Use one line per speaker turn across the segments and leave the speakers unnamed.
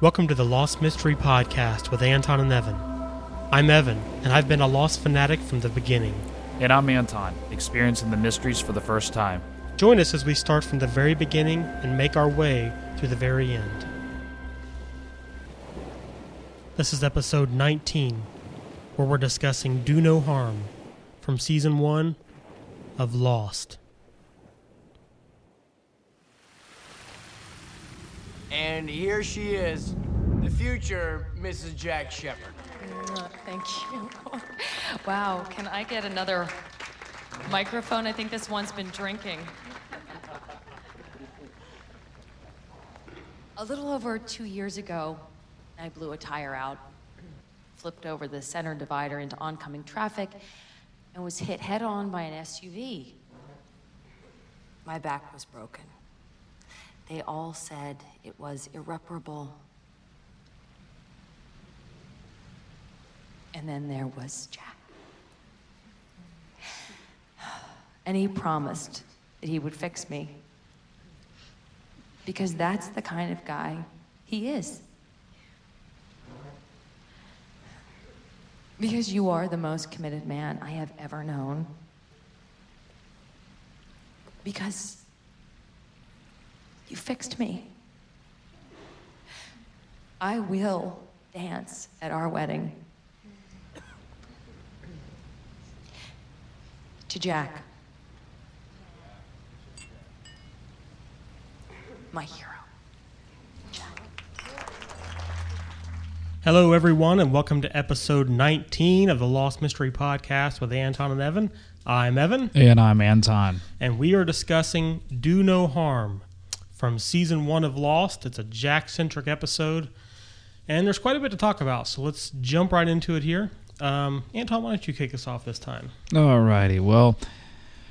Welcome to the Lost Mystery Podcast with Anton and Evan. I'm Evan, and I've been a Lost fanatic from the beginning.
And I'm Anton, experiencing the mysteries for the first time.
Join us as we start from the very beginning and make our way to the very end. This is episode 19, where we're discussing Do No Harm from season 1 of Lost.
And here she is, the future Mrs. Jack Shepard.
Uh, Thank you. Wow, can I get another microphone? I think this one's been drinking. A little over two years ago, I blew a tire out, flipped over the center divider into oncoming traffic, and was hit head on by an SUV. My back was broken. They all said it was irreparable. And then there was Jack. And he promised that he would fix me. Because that's the kind of guy he is. Because you are the most committed man I have ever known. Because you fixed me. I will dance at our wedding. To Jack. My hero. Jack.
Hello, everyone, and welcome to episode 19 of the Lost Mystery Podcast with Anton and Evan. I'm Evan,
And I'm Anton.
and we are discussing Do No Harm from season one of Lost. It's a Jack centric episode, and there's quite a bit to talk about, so let's jump right into it here. Um, Anton, why don't you kick us off this time?
Alrighty, well,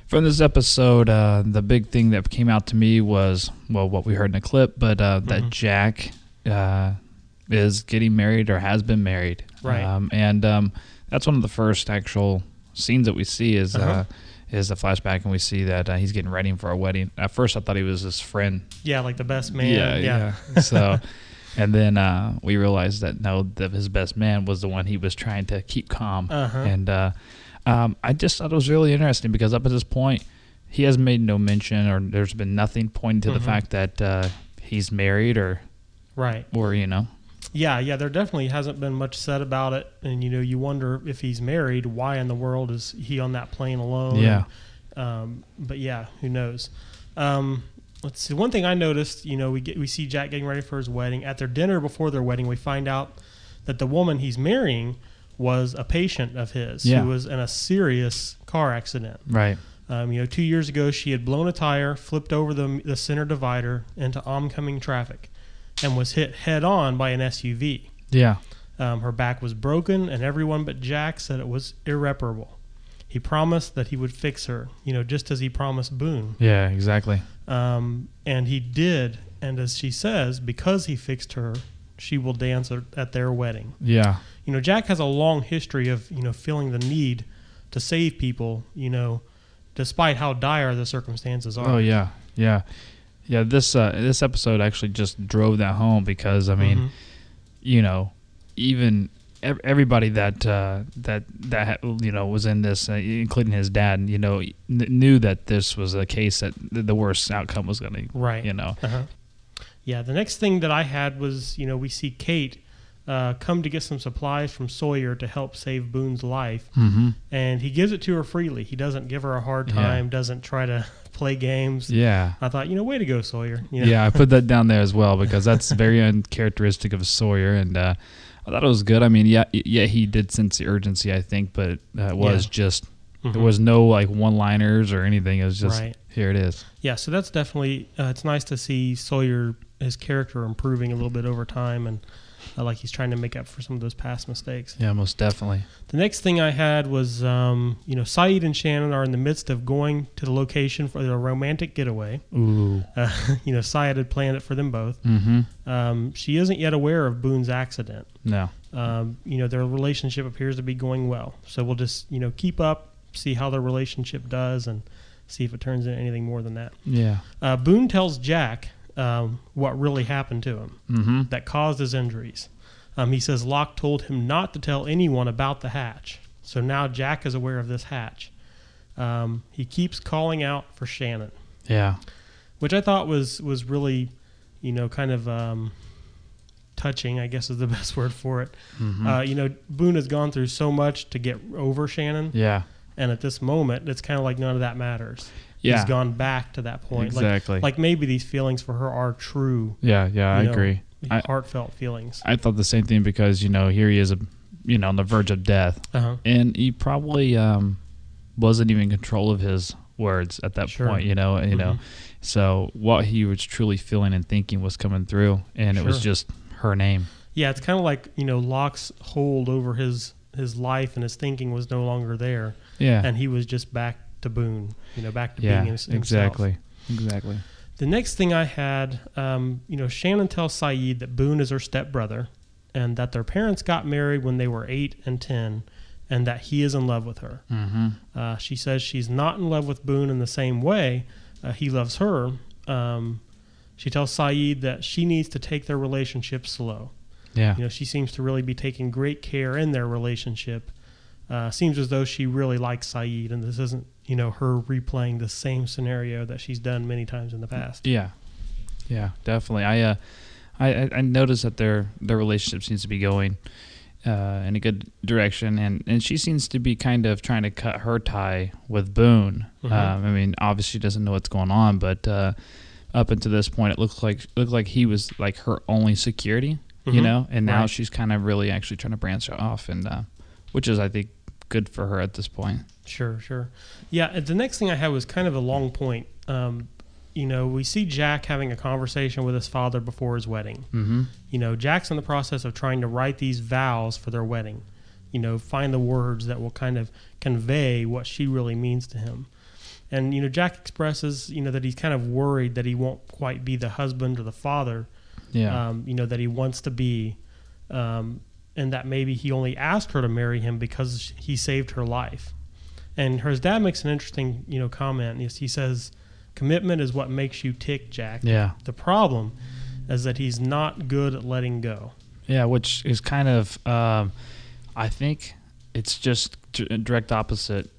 from this episode, uh, the big thing that came out to me was, well, what we heard in the clip, but uh, that Jack uh, is getting married or has been married.
Right.
Um, and um, that's one of the first actual scenes that we see is. uh is a flashback, and we see that uh, he's getting ready for a wedding. At first, I thought he was his friend
Yeah, like the best man.
so, and then uh, we realized that no, that his best man was the one he was trying to keep calm.
Uh-huh.
And uh, um, I just thought it was really interesting because up at this point, he has made no mention or there's been nothing pointing
Mm-hmm.
to the fact that uh, he's married or
Right.
or you know.
Yeah, yeah, there definitely hasn't been much said about it. And, you know, you wonder if he's married, why in the world is he on that plane alone?
Yeah.
Um, but yeah, who knows? Um, let's see. One thing I noticed, you know, we get we see Jack getting ready for his wedding. At their dinner before their wedding, we find out that the woman he's marrying was a patient of his
Yeah.
who was in a serious car accident.
Right.
Um, you know, two years ago, she had blown a tire, flipped over the, the center divider into oncoming traffic, and was hit head on by an SUV.
Yeah.
Um, her back was broken, and everyone but Jack said it was irreparable. He promised that he would fix her, you know, just as he promised Boone.
Yeah. Exactly.
Um, and he did. And as she says, because he fixed her, she will dance at- at their wedding.
Yeah.
You know, Jack has a long history of, you know, feeling the need to save people, you know, despite how dire the circumstances are.
Oh yeah, yeah, yeah. This uh, this episode actually just drove that home because I mean, you know, even ev- everybody that uh, that that ha- you know was in this, uh, including his dad, you know, kn- knew that this was a case that th- the worst outcome was going to,
Right.
You know,
Uh-huh. Yeah, the next thing that I had was, you know, we see Kate uh, come to get some supplies from Sawyer to help save Boone's life. Mm-hmm. And he gives it to her freely. He doesn't give her a hard
Yeah.
time, doesn't try to play games.
yeah.
I thought, you know, way to go, Sawyer. You
Yeah.
know?
I put that down there as well because that's very uncharacteristic of Sawyer, and uh, I thought it was good. I mean, yeah, yeah, he did sense the urgency, I think, but uh, it was
Yeah.
just
Mhm.
there was no like one-liners or anything. It was just
Right.
here it is.
Yeah, so that's definitely, uh, it's nice to see Sawyer, his character improving a little bit over time. And uh, like he's trying to make up for some of those past mistakes.
Yeah, most definitely.
The next thing I had was, um, you know, Saeed and Shannon are in the midst of going to the location for their romantic getaway.
Ooh.
Uh, you know, Syed had planned it for them both.
Mm-hmm.
Um, she isn't yet aware of Boone's accident.
No.
Um, you know, their relationship appears to be going well. So we'll just, you know, keep up, see how their relationship does, and see if it turns into anything more than that.
Yeah.
Uh, Boone tells Jack um, what really happened to him that caused his injuries. Um, he says Locke told him not to tell anyone about the hatch. So now Jack is aware of this hatch. Um, he keeps calling out for Shannon
Yeah.
which I thought was was really, you know, kind of um, touching. I guess is the best word for it. Uh, you know, Boone has gone through so much to get over Shannon,
Yeah.
and at this moment, it's kind of like none of that matters.
Yeah.
he's gone back to that point. Like-
Exactly.
Like, maybe these feelings for her are true.
Yeah. Yeah. I
you know,
agree. I,
heartfelt feelings.
I thought the same thing because you know here he is, a, you know, on the verge of death,
Uh-huh.
and he probably um, wasn't even in control of his words at that
Sure. Mm-hmm.
point. You know. You know. So what he was truly feeling and thinking was coming through, and it was
Sure.
just her name.
Yeah, it's kind of like you know Locke's hold over his his life and his thinking was no longer there,
Yeah.
and he was just back to Boone. You know, back to
yeah.
being his, himself.
Exactly. Exactly.
The next thing I had, um, you know, Shannon tells Saeed that Boone is her stepbrother and that their parents got married when they were eight and 10 and that he is in love with her. Uh, she says she's not in love with Boone in the same way uh, he loves her. Um, she tells Saeed that she needs to take their relationship slow.
Yeah.
You know, she seems to really be taking great care in their relationship. Uh, seems as though she really likes Saeed, and this isn't, you know, her replaying the same scenario that she's done many times in the past.
Yeah, yeah, definitely. I uh, I I- I noticed that their their relationship seems to be going uh, in a good direction, and and she seems to be kind of trying to cut her tie with Boone. Um, I mean, obviously, she doesn't know what's going on, but uh, up until this point, it looked like looked like he was like her only security, you
Mhm.
know. And now
Right.
she's kind of really actually trying to branch off, and uh, which is I think good for her at this point.
Sure, sure. Yeah, and the next thing I had was kind of a long point. Um, you know, we see Jack having a conversation with his father before his wedding. Mm-hmm. You know, Jack's in the process of trying to write these vows for their wedding. You know, find the words that will kind of convey what she really means to him. And you know, Jack expresses you know that he's kind of worried that he won't quite be the husband or the father
Yeah,
um, you know, that he wants to be, um, and that maybe he only asked her to marry him because he saved her life. And her dad makes an interesting, you know, comment. He- He says, "Commitment is what makes you tick, Jack."
yeah.
The problem is that he's not good at letting go.
Yeah, which is kind of, um, I think it's just d- direct opposite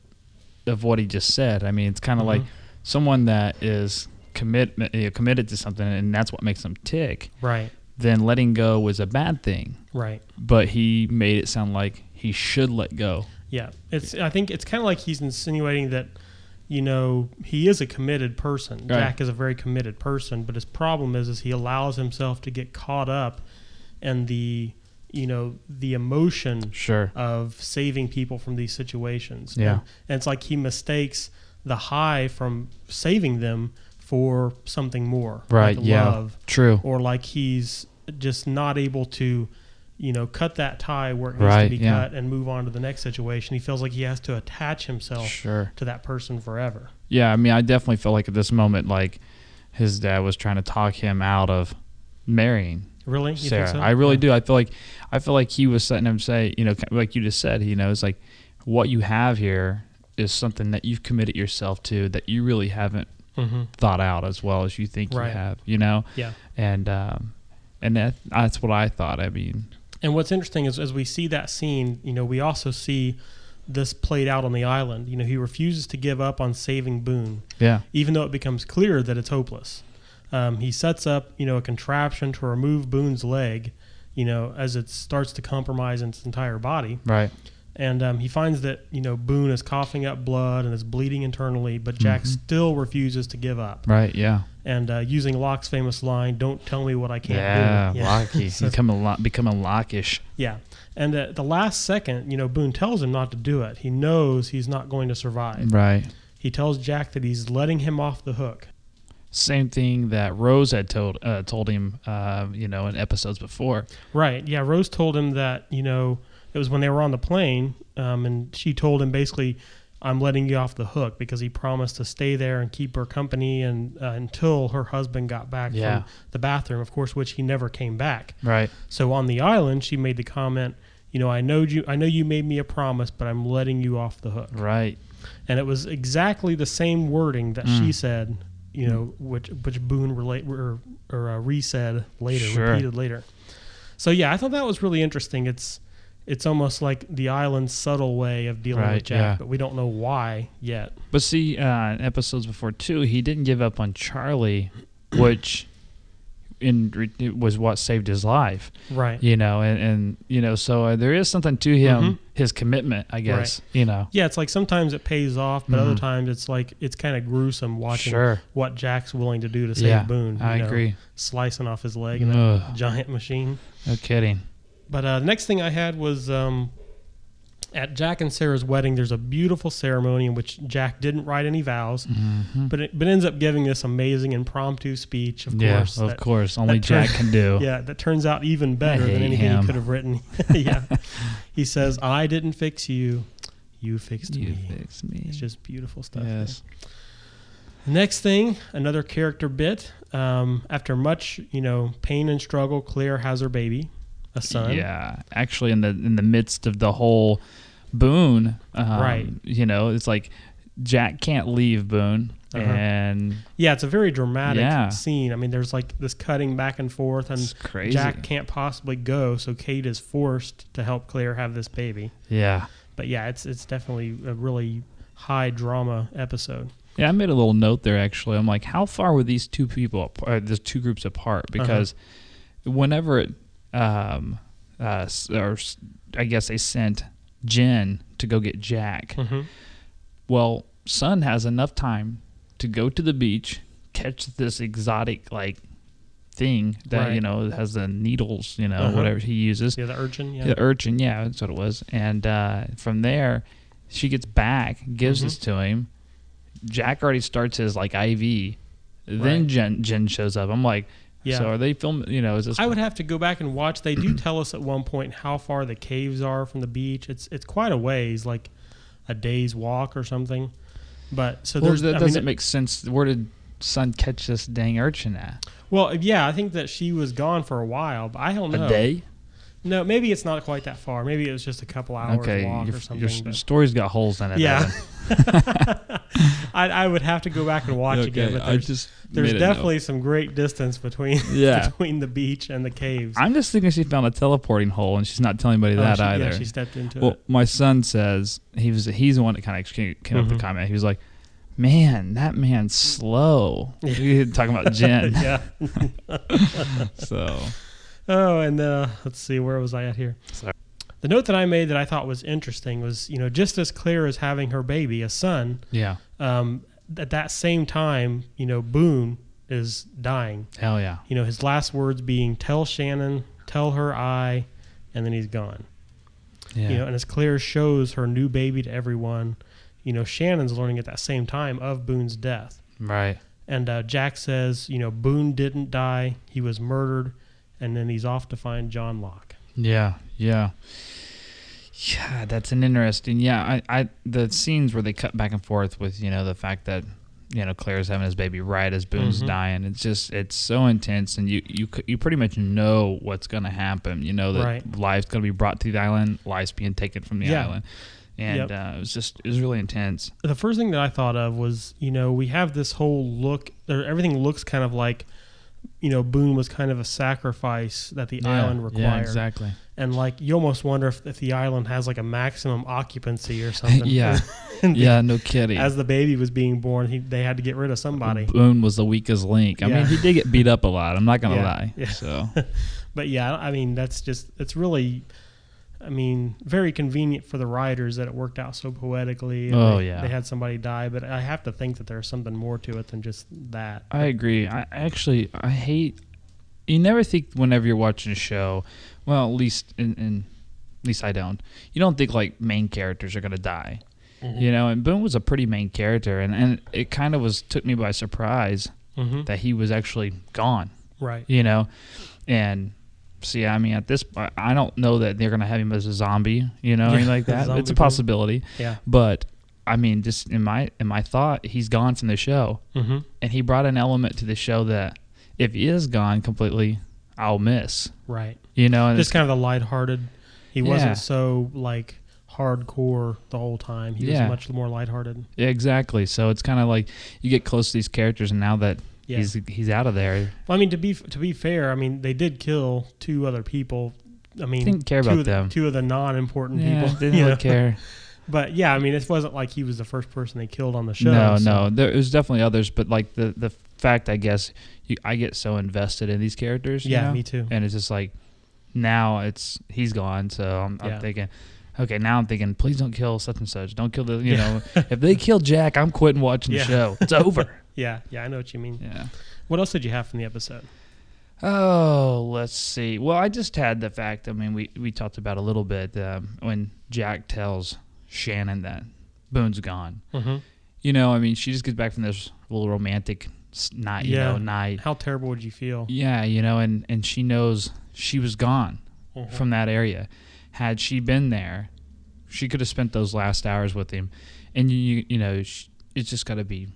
of what he just said. I mean, it's kind of like someone that is commitment uh, committed to something, and that's what makes them tick.
Right.
Then letting go was a bad thing,
Right.
but he made it sound like he should let go.
Yeah. It's. I think it's kind of like he's insinuating that. You know, he is a committed person. Jack is a very committed person, but his problem is is he allows himself to get caught up in the you know, the emotion
Sure.
of saving people from these situations.
Yeah.
And, and it's like he mistakes the high from saving them for something more.
Right,
Like
yeah.
Love,
True.
or like he's just not able to, you know, cut that tie where it needs
Right,
to be
yeah.
cut and move on to the next situation. He feels like he has to attach himself
Sure.
to that person forever.
Yeah, I mean, I definitely felt like at this moment, like his dad was trying to talk him out of marrying.
Really? You think
Sarah.
so?
I really do. I feel like I feel like he was letting him say, you know, kind of like you just said, you know, it's like what you have here is something that you've committed yourself to that you really haven't thought out as well as you think
Mm-hmm. Right.
you have, you know.
Yeah.
And um, and that, that's what I thought. I mean,
And what's interesting is as we see that scene, you know, we also see this played out on the island. You know, he refuses to give up on saving Boone.
yeah,
even though it becomes clear that it's hopeless. Um, he sets up, you know, a contraption to remove Boone's leg, you know, as it starts to compromise its entire body.
right,
And um, he finds that, you know, Boone is coughing up blood and is bleeding internally, but Jack still refuses to give up.
right, yeah,
And uh, using Locke's famous line, "Don't tell me what I can't
yeah,
do."
Locky,
So-
becoming lock, becoming lockish,
yeah. And at the last second, you know, Boone tells him not to do it. He knows he's not going to survive.
right.
He tells Jack that he's letting him off the hook.
Same thing that Rose had told uh, told him, uh, you know, in episodes before.
Right. Yeah. Rose told him that, you know, it was when they were on the plane, um, and she told him basically, I'm letting you off the hook because he promised to stay there and keep her company and uh, until her husband got back
Yeah.
from the bathroom, of course, which he never came back.
Right.
So on the island, she made the comment, you know, I know you, I know you made me a promise, but I'm letting you off the hook.
Right. Mm.
And it was exactly the same wording that she said you know, which which Boone relate or or uh, Ree said later,
Sure.
repeated later. So yeah, I thought that was really interesting. It's it's almost like the island's subtle way of dealing with
Right,
Jack,
yeah.
but we don't know why yet.
But see, uh, in episodes before too, he didn't give up on Charlie, which in re- it was what saved his life.
Right. Mm-hmm.
You know, and, and you know, so uh, there is something to him, his commitment, I guess. You know,
Yeah, it's like sometimes it pays off, but other times it's like it's kind of gruesome watching
Mm. Sure.
what Jack's willing to do to save
Yeah,
Boone.
I
you know,
agree.
Slicing off his leg in that
Ugh.
giant machine.
no kidding.
But uh, the next thing I had was um, at Jack and Sarah's wedding. There's a beautiful ceremony in which Jack didn't write any vows,
Mm-hmm.
but it, but ends up giving this amazing impromptu speech. Of
yeah,
course,
of
that-
course, only
that turn-
Jack can do.
Yeah, that turns out even better
hate
than anything
him.
he could have written. yeah, he says, "I didn't fix you, you fixed
you
me."
fix me.
It's just beautiful stuff. there.
yes,
Next thing, another character bit. Um, after much, you know, pain and struggle, Claire has her baby, a son.
yeah. Actually, in the in the midst of the whole Boone, um,
Right.
You know, it's like Jack can't leave Boone,
Uh-huh.
and
Yeah, it's a very dramatic
Yeah.
scene. I mean, there's like this cutting back and forth, and
It's crazy.
Jack can't possibly go, so Kate is forced to help Claire have this baby.
yeah.
But yeah, it's it's definitely a really high drama episode.
Yeah, I made a little note there actually. I'm like, how far were these two people, ap- uh, these two groups apart?
Uh-huh.
Because whenever it, um, uh, s- or s- I guess they sent Jen to go get Jack.
Hmm.
Well, Sun has enough time to go to the beach, catch this exotic like thing that
Right.
you know has the needles, you know,
Uh-huh.
whatever he uses.
Yeah, the urchin. Yeah,
The urchin, yeah, that's what it was. And uh, from there, she gets back, gives
Mm-hmm.
this to him. Jack already starts his like IV.
Right.
Then Jen Jen shows up. I'm like,
Yeah.
so are they filming? You know, is this?
I would have to go back and watch. They do tell us at one point how far the caves are from the beach. It's it's quite a ways, like a day's walk or something. But so
well,
there's
that
I mean,
doesn't
it-
make sense. Where did Sun catch this dang urchin at?
Well, yeah, I think that she was gone for a while, but I don't know. No, maybe it's not quite that far. Maybe it was just a couple hours
Okay,
walk
your,
or something.
your
but-
story's got holes in it.
yeah.
Evan.
I, I would have to go back and watch again,
Okay,
but
I
there's,
just
there's
made a note.
definitely some great distance between
Yeah.
between the beach and the caves.
I'm just thinking she found a teleporting hole, and she's not telling anybody
Oh,
that
she-
either.
Yeah, she stepped into
Well,
it.
my son says he was he's the one that kind of came up
Mm-hmm.
with the comment. He was like, "Man, that man's slow." We were talking about Jen,
Yeah.
so
Oh, and uh, let's see, where was I at here?
Sorry.
The note that I made that I thought was interesting was, you know, just as Claire is having her baby, a son,
yeah,
um, at that same time, you know, Boone is dying.
hell yeah,
You know, his last words being, tell Shannon, tell her I, and then he's gone.
yeah,
You know, and as Claire shows her new baby to everyone, you know, Shannon's learning at that same time of Boone's death.
right,
And uh, Jack says, you know, Boone didn't die, he was murdered, and then he's off to find John Locke.
yeah, yeah, yeah. That's an interesting. Yeah, I, I, the scenes where they cut back and forth with you know the fact that you know Claire's having his baby right as Boone's
Mm-hmm.
dying. It's just it's so intense, and you you c- you pretty much know what's gonna happen. You know that
Right.
lives gonna be brought to the island, lives being taken from the
Yeah.
island. And
Yep.
uh, it was just, it was really intense.
the first thing that I thought of was, you know, we have this whole look, or everything looks kind of like, you know, Boone was kind of a sacrifice that the island required.
exactly.
And like, you almost wonder if, if the island has like a maximum occupancy or something.
Yeah.
And
yeah, no kidding.
As the baby was being born, he, they had to get rid of somebody.
Boone was the weakest link. I
Yeah.
mean, he did get beat up a lot. I'm not going to
Yeah,
lie.
yeah.
So,
But yeah, I mean, that's just, it's really, I mean, very convenient for the writers that it worked out so poetically. and
Oh,
they-
yeah.
They had somebody die, but I have to think that there's something more to it than just that.
I agree. I actually, I hate, you never think whenever you're watching a show, well, at least, in, in at least I don't, you don't think like main characters are going to die. You know, and Boone was a pretty main character, and, and it kind of was took me by surprise that he was actually gone.
Right.
you know and see i mean at this i I don't know that they're gonna have him as a zombie you know or anything like that
Zombie
it's a
Boone.
possibility
Yeah.
but i mean just in my in my thought he's gone from the show mm-hmm. and he brought an element to the show that if he is gone completely i'll miss
Right.
you know and
just
it's
kind of the lighthearted. He
Yeah.
wasn't so like hardcore the whole time. He
Yeah.
was much more lighthearted.
Yeah, exactly. So it's kind of like you get close to these characters, and now that
Yeah.
he's he's out of there,
Well, I mean, to be to be fair, I mean they did kill two other people. I mean,
Didn't care
two
about
of the,
them.
Two of the non-important
yeah,
people
didn't
you
really
know?
care.
But yeah, I mean, it wasn't like he was the first person they killed on the show.
no,
so-
no, there it was definitely others, but like the the fact, I guess, you, I get so invested in these characters. you
Yeah,
know?
me too.
And it's just like now it's he's gone, so I'm,
Yeah.
I'm thinking. Okay, now I'm thinking. Please don't kill such and such. Don't kill the. You
Yeah.
know, if they kill Jack, I'm quitting watching
Yeah.
the show. It's over.
Yeah, yeah, I know what you mean.
yeah.
What else did you have from the episode?
Oh, let's see. Well, I just had the fact. I mean, we we talked about a little bit um, when Jack tells Shannon that Boone's gone.
Mm-hmm.
You know, I mean, she just gets back from this little romantic s- night. You
Yeah.
know, night.
How terrible would you feel?
Yeah, you know, and and she knows she was gone
Mm-hmm.
from that area. Had she been there, she could have spent those last hours with him. And you you, you know, sh it's just got to be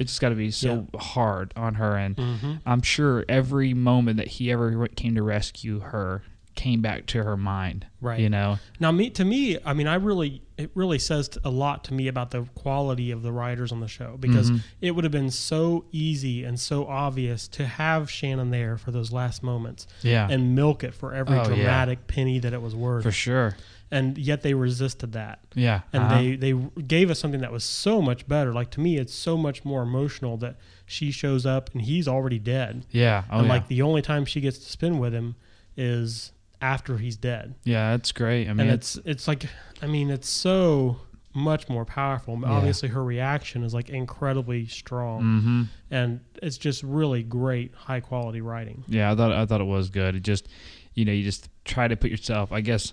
it's just got to be so hard on her and
Mm-hmm.
I'm sure every moment that he ever re- came to rescue her came back to her mind.
Right.
You know.
Now, me to me, I mean, I really it really says t- a lot to me about the quality of the writers on the show because
Mm-hmm.
it would have been so easy and so obvious to have Shannon there for those last moments,
Yeah.
and milk it for every
Oh, yeah.
dramatic penny that it was worth,
For sure.
and yet they resisted that.
Yeah.
and
uh-huh.
they they gave us something that was so much better. Like to me, it's so much more emotional that she shows up and he's already dead.
Yeah. Oh
and
yeah.
like the only time she gets to spend with him is after he's dead.
yeah, that's great. I mean,
And
it's
it's it's like I mean it's so much more powerful. Obviously, her reaction is like incredibly strong,
Mm-hmm.
and it's just really great, high quality writing.
Yeah, I thought I thought it was good. It just, you know, you just try to put yourself. I guess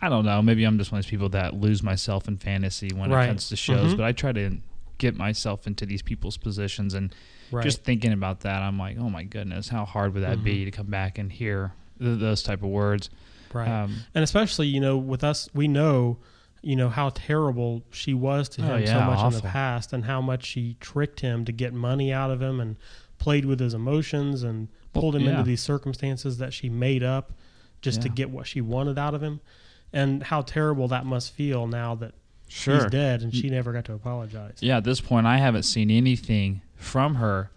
I don't know. Maybe I'm just one of those people that lose myself in fantasy when
Right. Mm-hmm.
it comes to shows. But I try to get myself into these people's positions and
Right.
just thinking about that, I'm like, oh my goodness, how hard would that
Mm-hmm.
be to come back and hear th- those type of words?
Right.
Um,
and especially, you know, with us, we know, you know, how terrible she was to him
Oh,
so
yeah,
much in the
awful.
past and how much she tricked him to get money out of him and played with his emotions and
Well,
pulled him
yeah.
into these circumstances that she made up just to
Yeah.
get what she wanted out of him. And how terrible that must feel now that
Sure.
he's dead and she never got to apologize.
Yeah, at this point, I haven't seen anything from her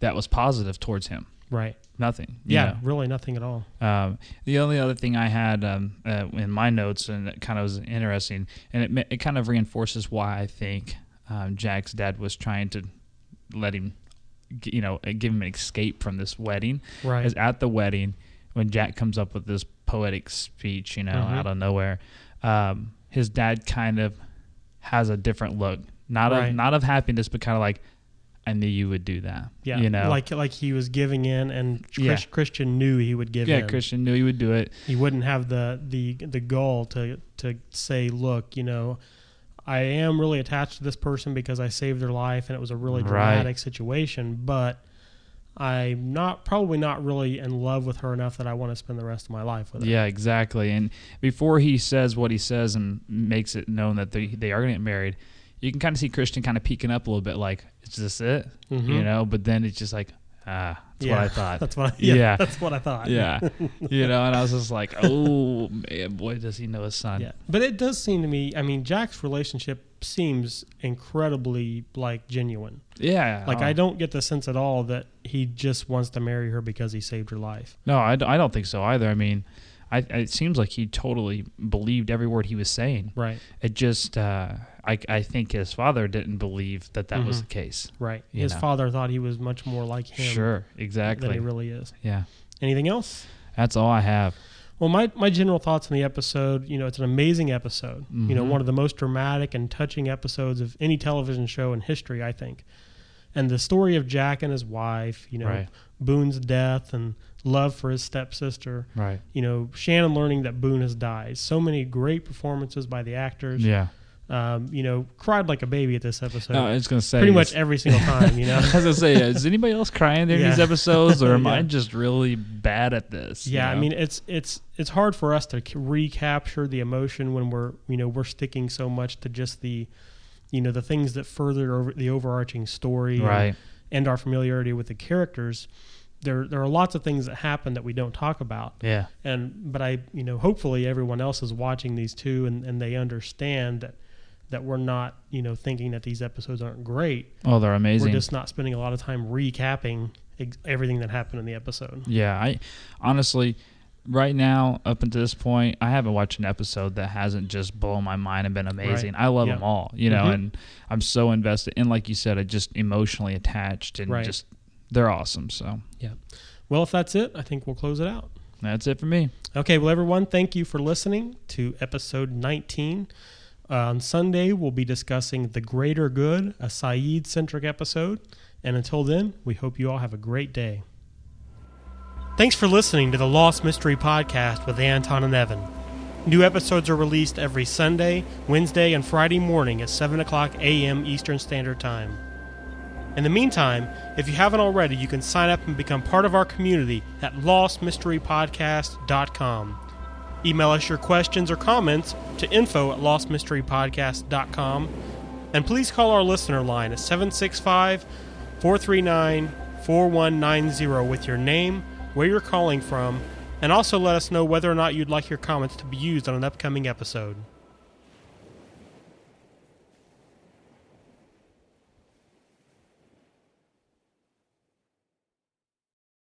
that was positive towards him.
Right.
Nothing. you
Yeah,
know?
really nothing at all.
Um, the only other thing I had um, uh, in my notes, and it kind of was interesting, and it, ma- it kind of reinforces why I think um, Jack's dad was trying to let him, g- you know, uh, give him an escape from this wedding.
Right.
Is at the wedding when Jack comes up with this poetic speech, you know,
Mm-hmm.
out of nowhere. Um, his dad kind of has a different look, not
Right.
of not of happiness, but kind of like, I knew you would do that.
Yeah.
you know,
like like he was giving in and Chris,
Yeah.
Christian knew he would give
yeah,
in.
Christian knew you would do it.
he wouldn't have the the the gall to to say, look, you know, I am really attached to this person because I saved their life and it was a really
Right.
dramatic situation, but I'm not probably not really in love with her enough that I want to spend the rest of my life with her.
Yeah, exactly. And before he says what he says and makes it known that they, they are going to get married, you can kind of see Christian kind of peeking up a little bit, like, is this it? You know, but then it's just like, ah, that's what I thought.
That's what I, Mm-hmm. yeah,
Yeah.
That's what I thought.
yeah. you know, and I was just like, oh, man, boy, does he know his son.
Yeah. But it does seem to me, I mean, Jack's relationship seems incredibly like genuine.
Yeah.
Like
oh.
I don't get the sense at all that he just wants to marry her because he saved her life.
No, I, d- I don't think so either. I mean, I, it seems like he totally believed every word he was saying.
Right.
It just, uh, I, I think his father didn't believe that that
Mm-hmm.
was the case.
Right.
You
His
know.
father thought he was much more like him
Sure,
than he
exactly.
really is.
Yeah.
Anything else?
That's all I have.
Well, my, my general thoughts on the episode, you know, it's an amazing episode. You
Mm-hmm.
know, one of the most dramatic and touching episodes of any television show in history, I think. And the story of Jack and his wife, you know,
Right.
Boone's death and love for his stepsister.
Right.
You know, Shannon learning that Boone has died. So many great performances by the actors.
Yeah.
um, you know, cried like a baby at this episode.
I was gonna say
Pretty much every single time, you know.
I was gonna say, is anybody else crying during
Yeah.
these episodes, or am
Yeah.
I just really bad at this? you
yeah, I
know?
mean, it's it's it's hard for us to c- recapture the emotion when we're you know we're sticking so much to just the, you know, the things that further over the overarching story, and-
Right.
and, our familiarity with the characters. there there are lots of things that happen that we don't talk about.
Yeah.
And but I you know hopefully everyone else is watching these too and, and they understand that that we're not you know thinking that these episodes aren't great.
Oh, they're amazing.
We're just not spending a lot of time recapping ex- everything that happened in the episode.
yeah. I honestly, right now up until this point, I haven't watched an episode that hasn't just blown my mind and been amazing. I love
Yeah.
them all, you know,
Mhm.
and I'm so invested. And like you said, I just emotionally attached and
Right.
just they're awesome. So
Yeah. Well, if that's it, I think we'll close it out.
that's it for me.
Okay, well, everyone, thank you for listening to episode 19. Uh, on Sunday, we'll be discussing The Greater Good, a Saeed centric episode. And until then, we hope you all have a great day. Thanks for listening to the Lost Mystery Podcast with Anton and Evan. New episodes are released every Sunday, Wednesday, and Friday morning at 7 o'clock a.m. Eastern Standard Time. In the meantime, if you haven't already, you can sign up and become part of our community at lostmysterypodcast.com. Email us your questions or comments to info at lostmysterypodcast.com. And please call our listener line at 765 439 4190 with your name, where you're calling from, and also let us know whether or not you'd like your comments to be used on an upcoming episode.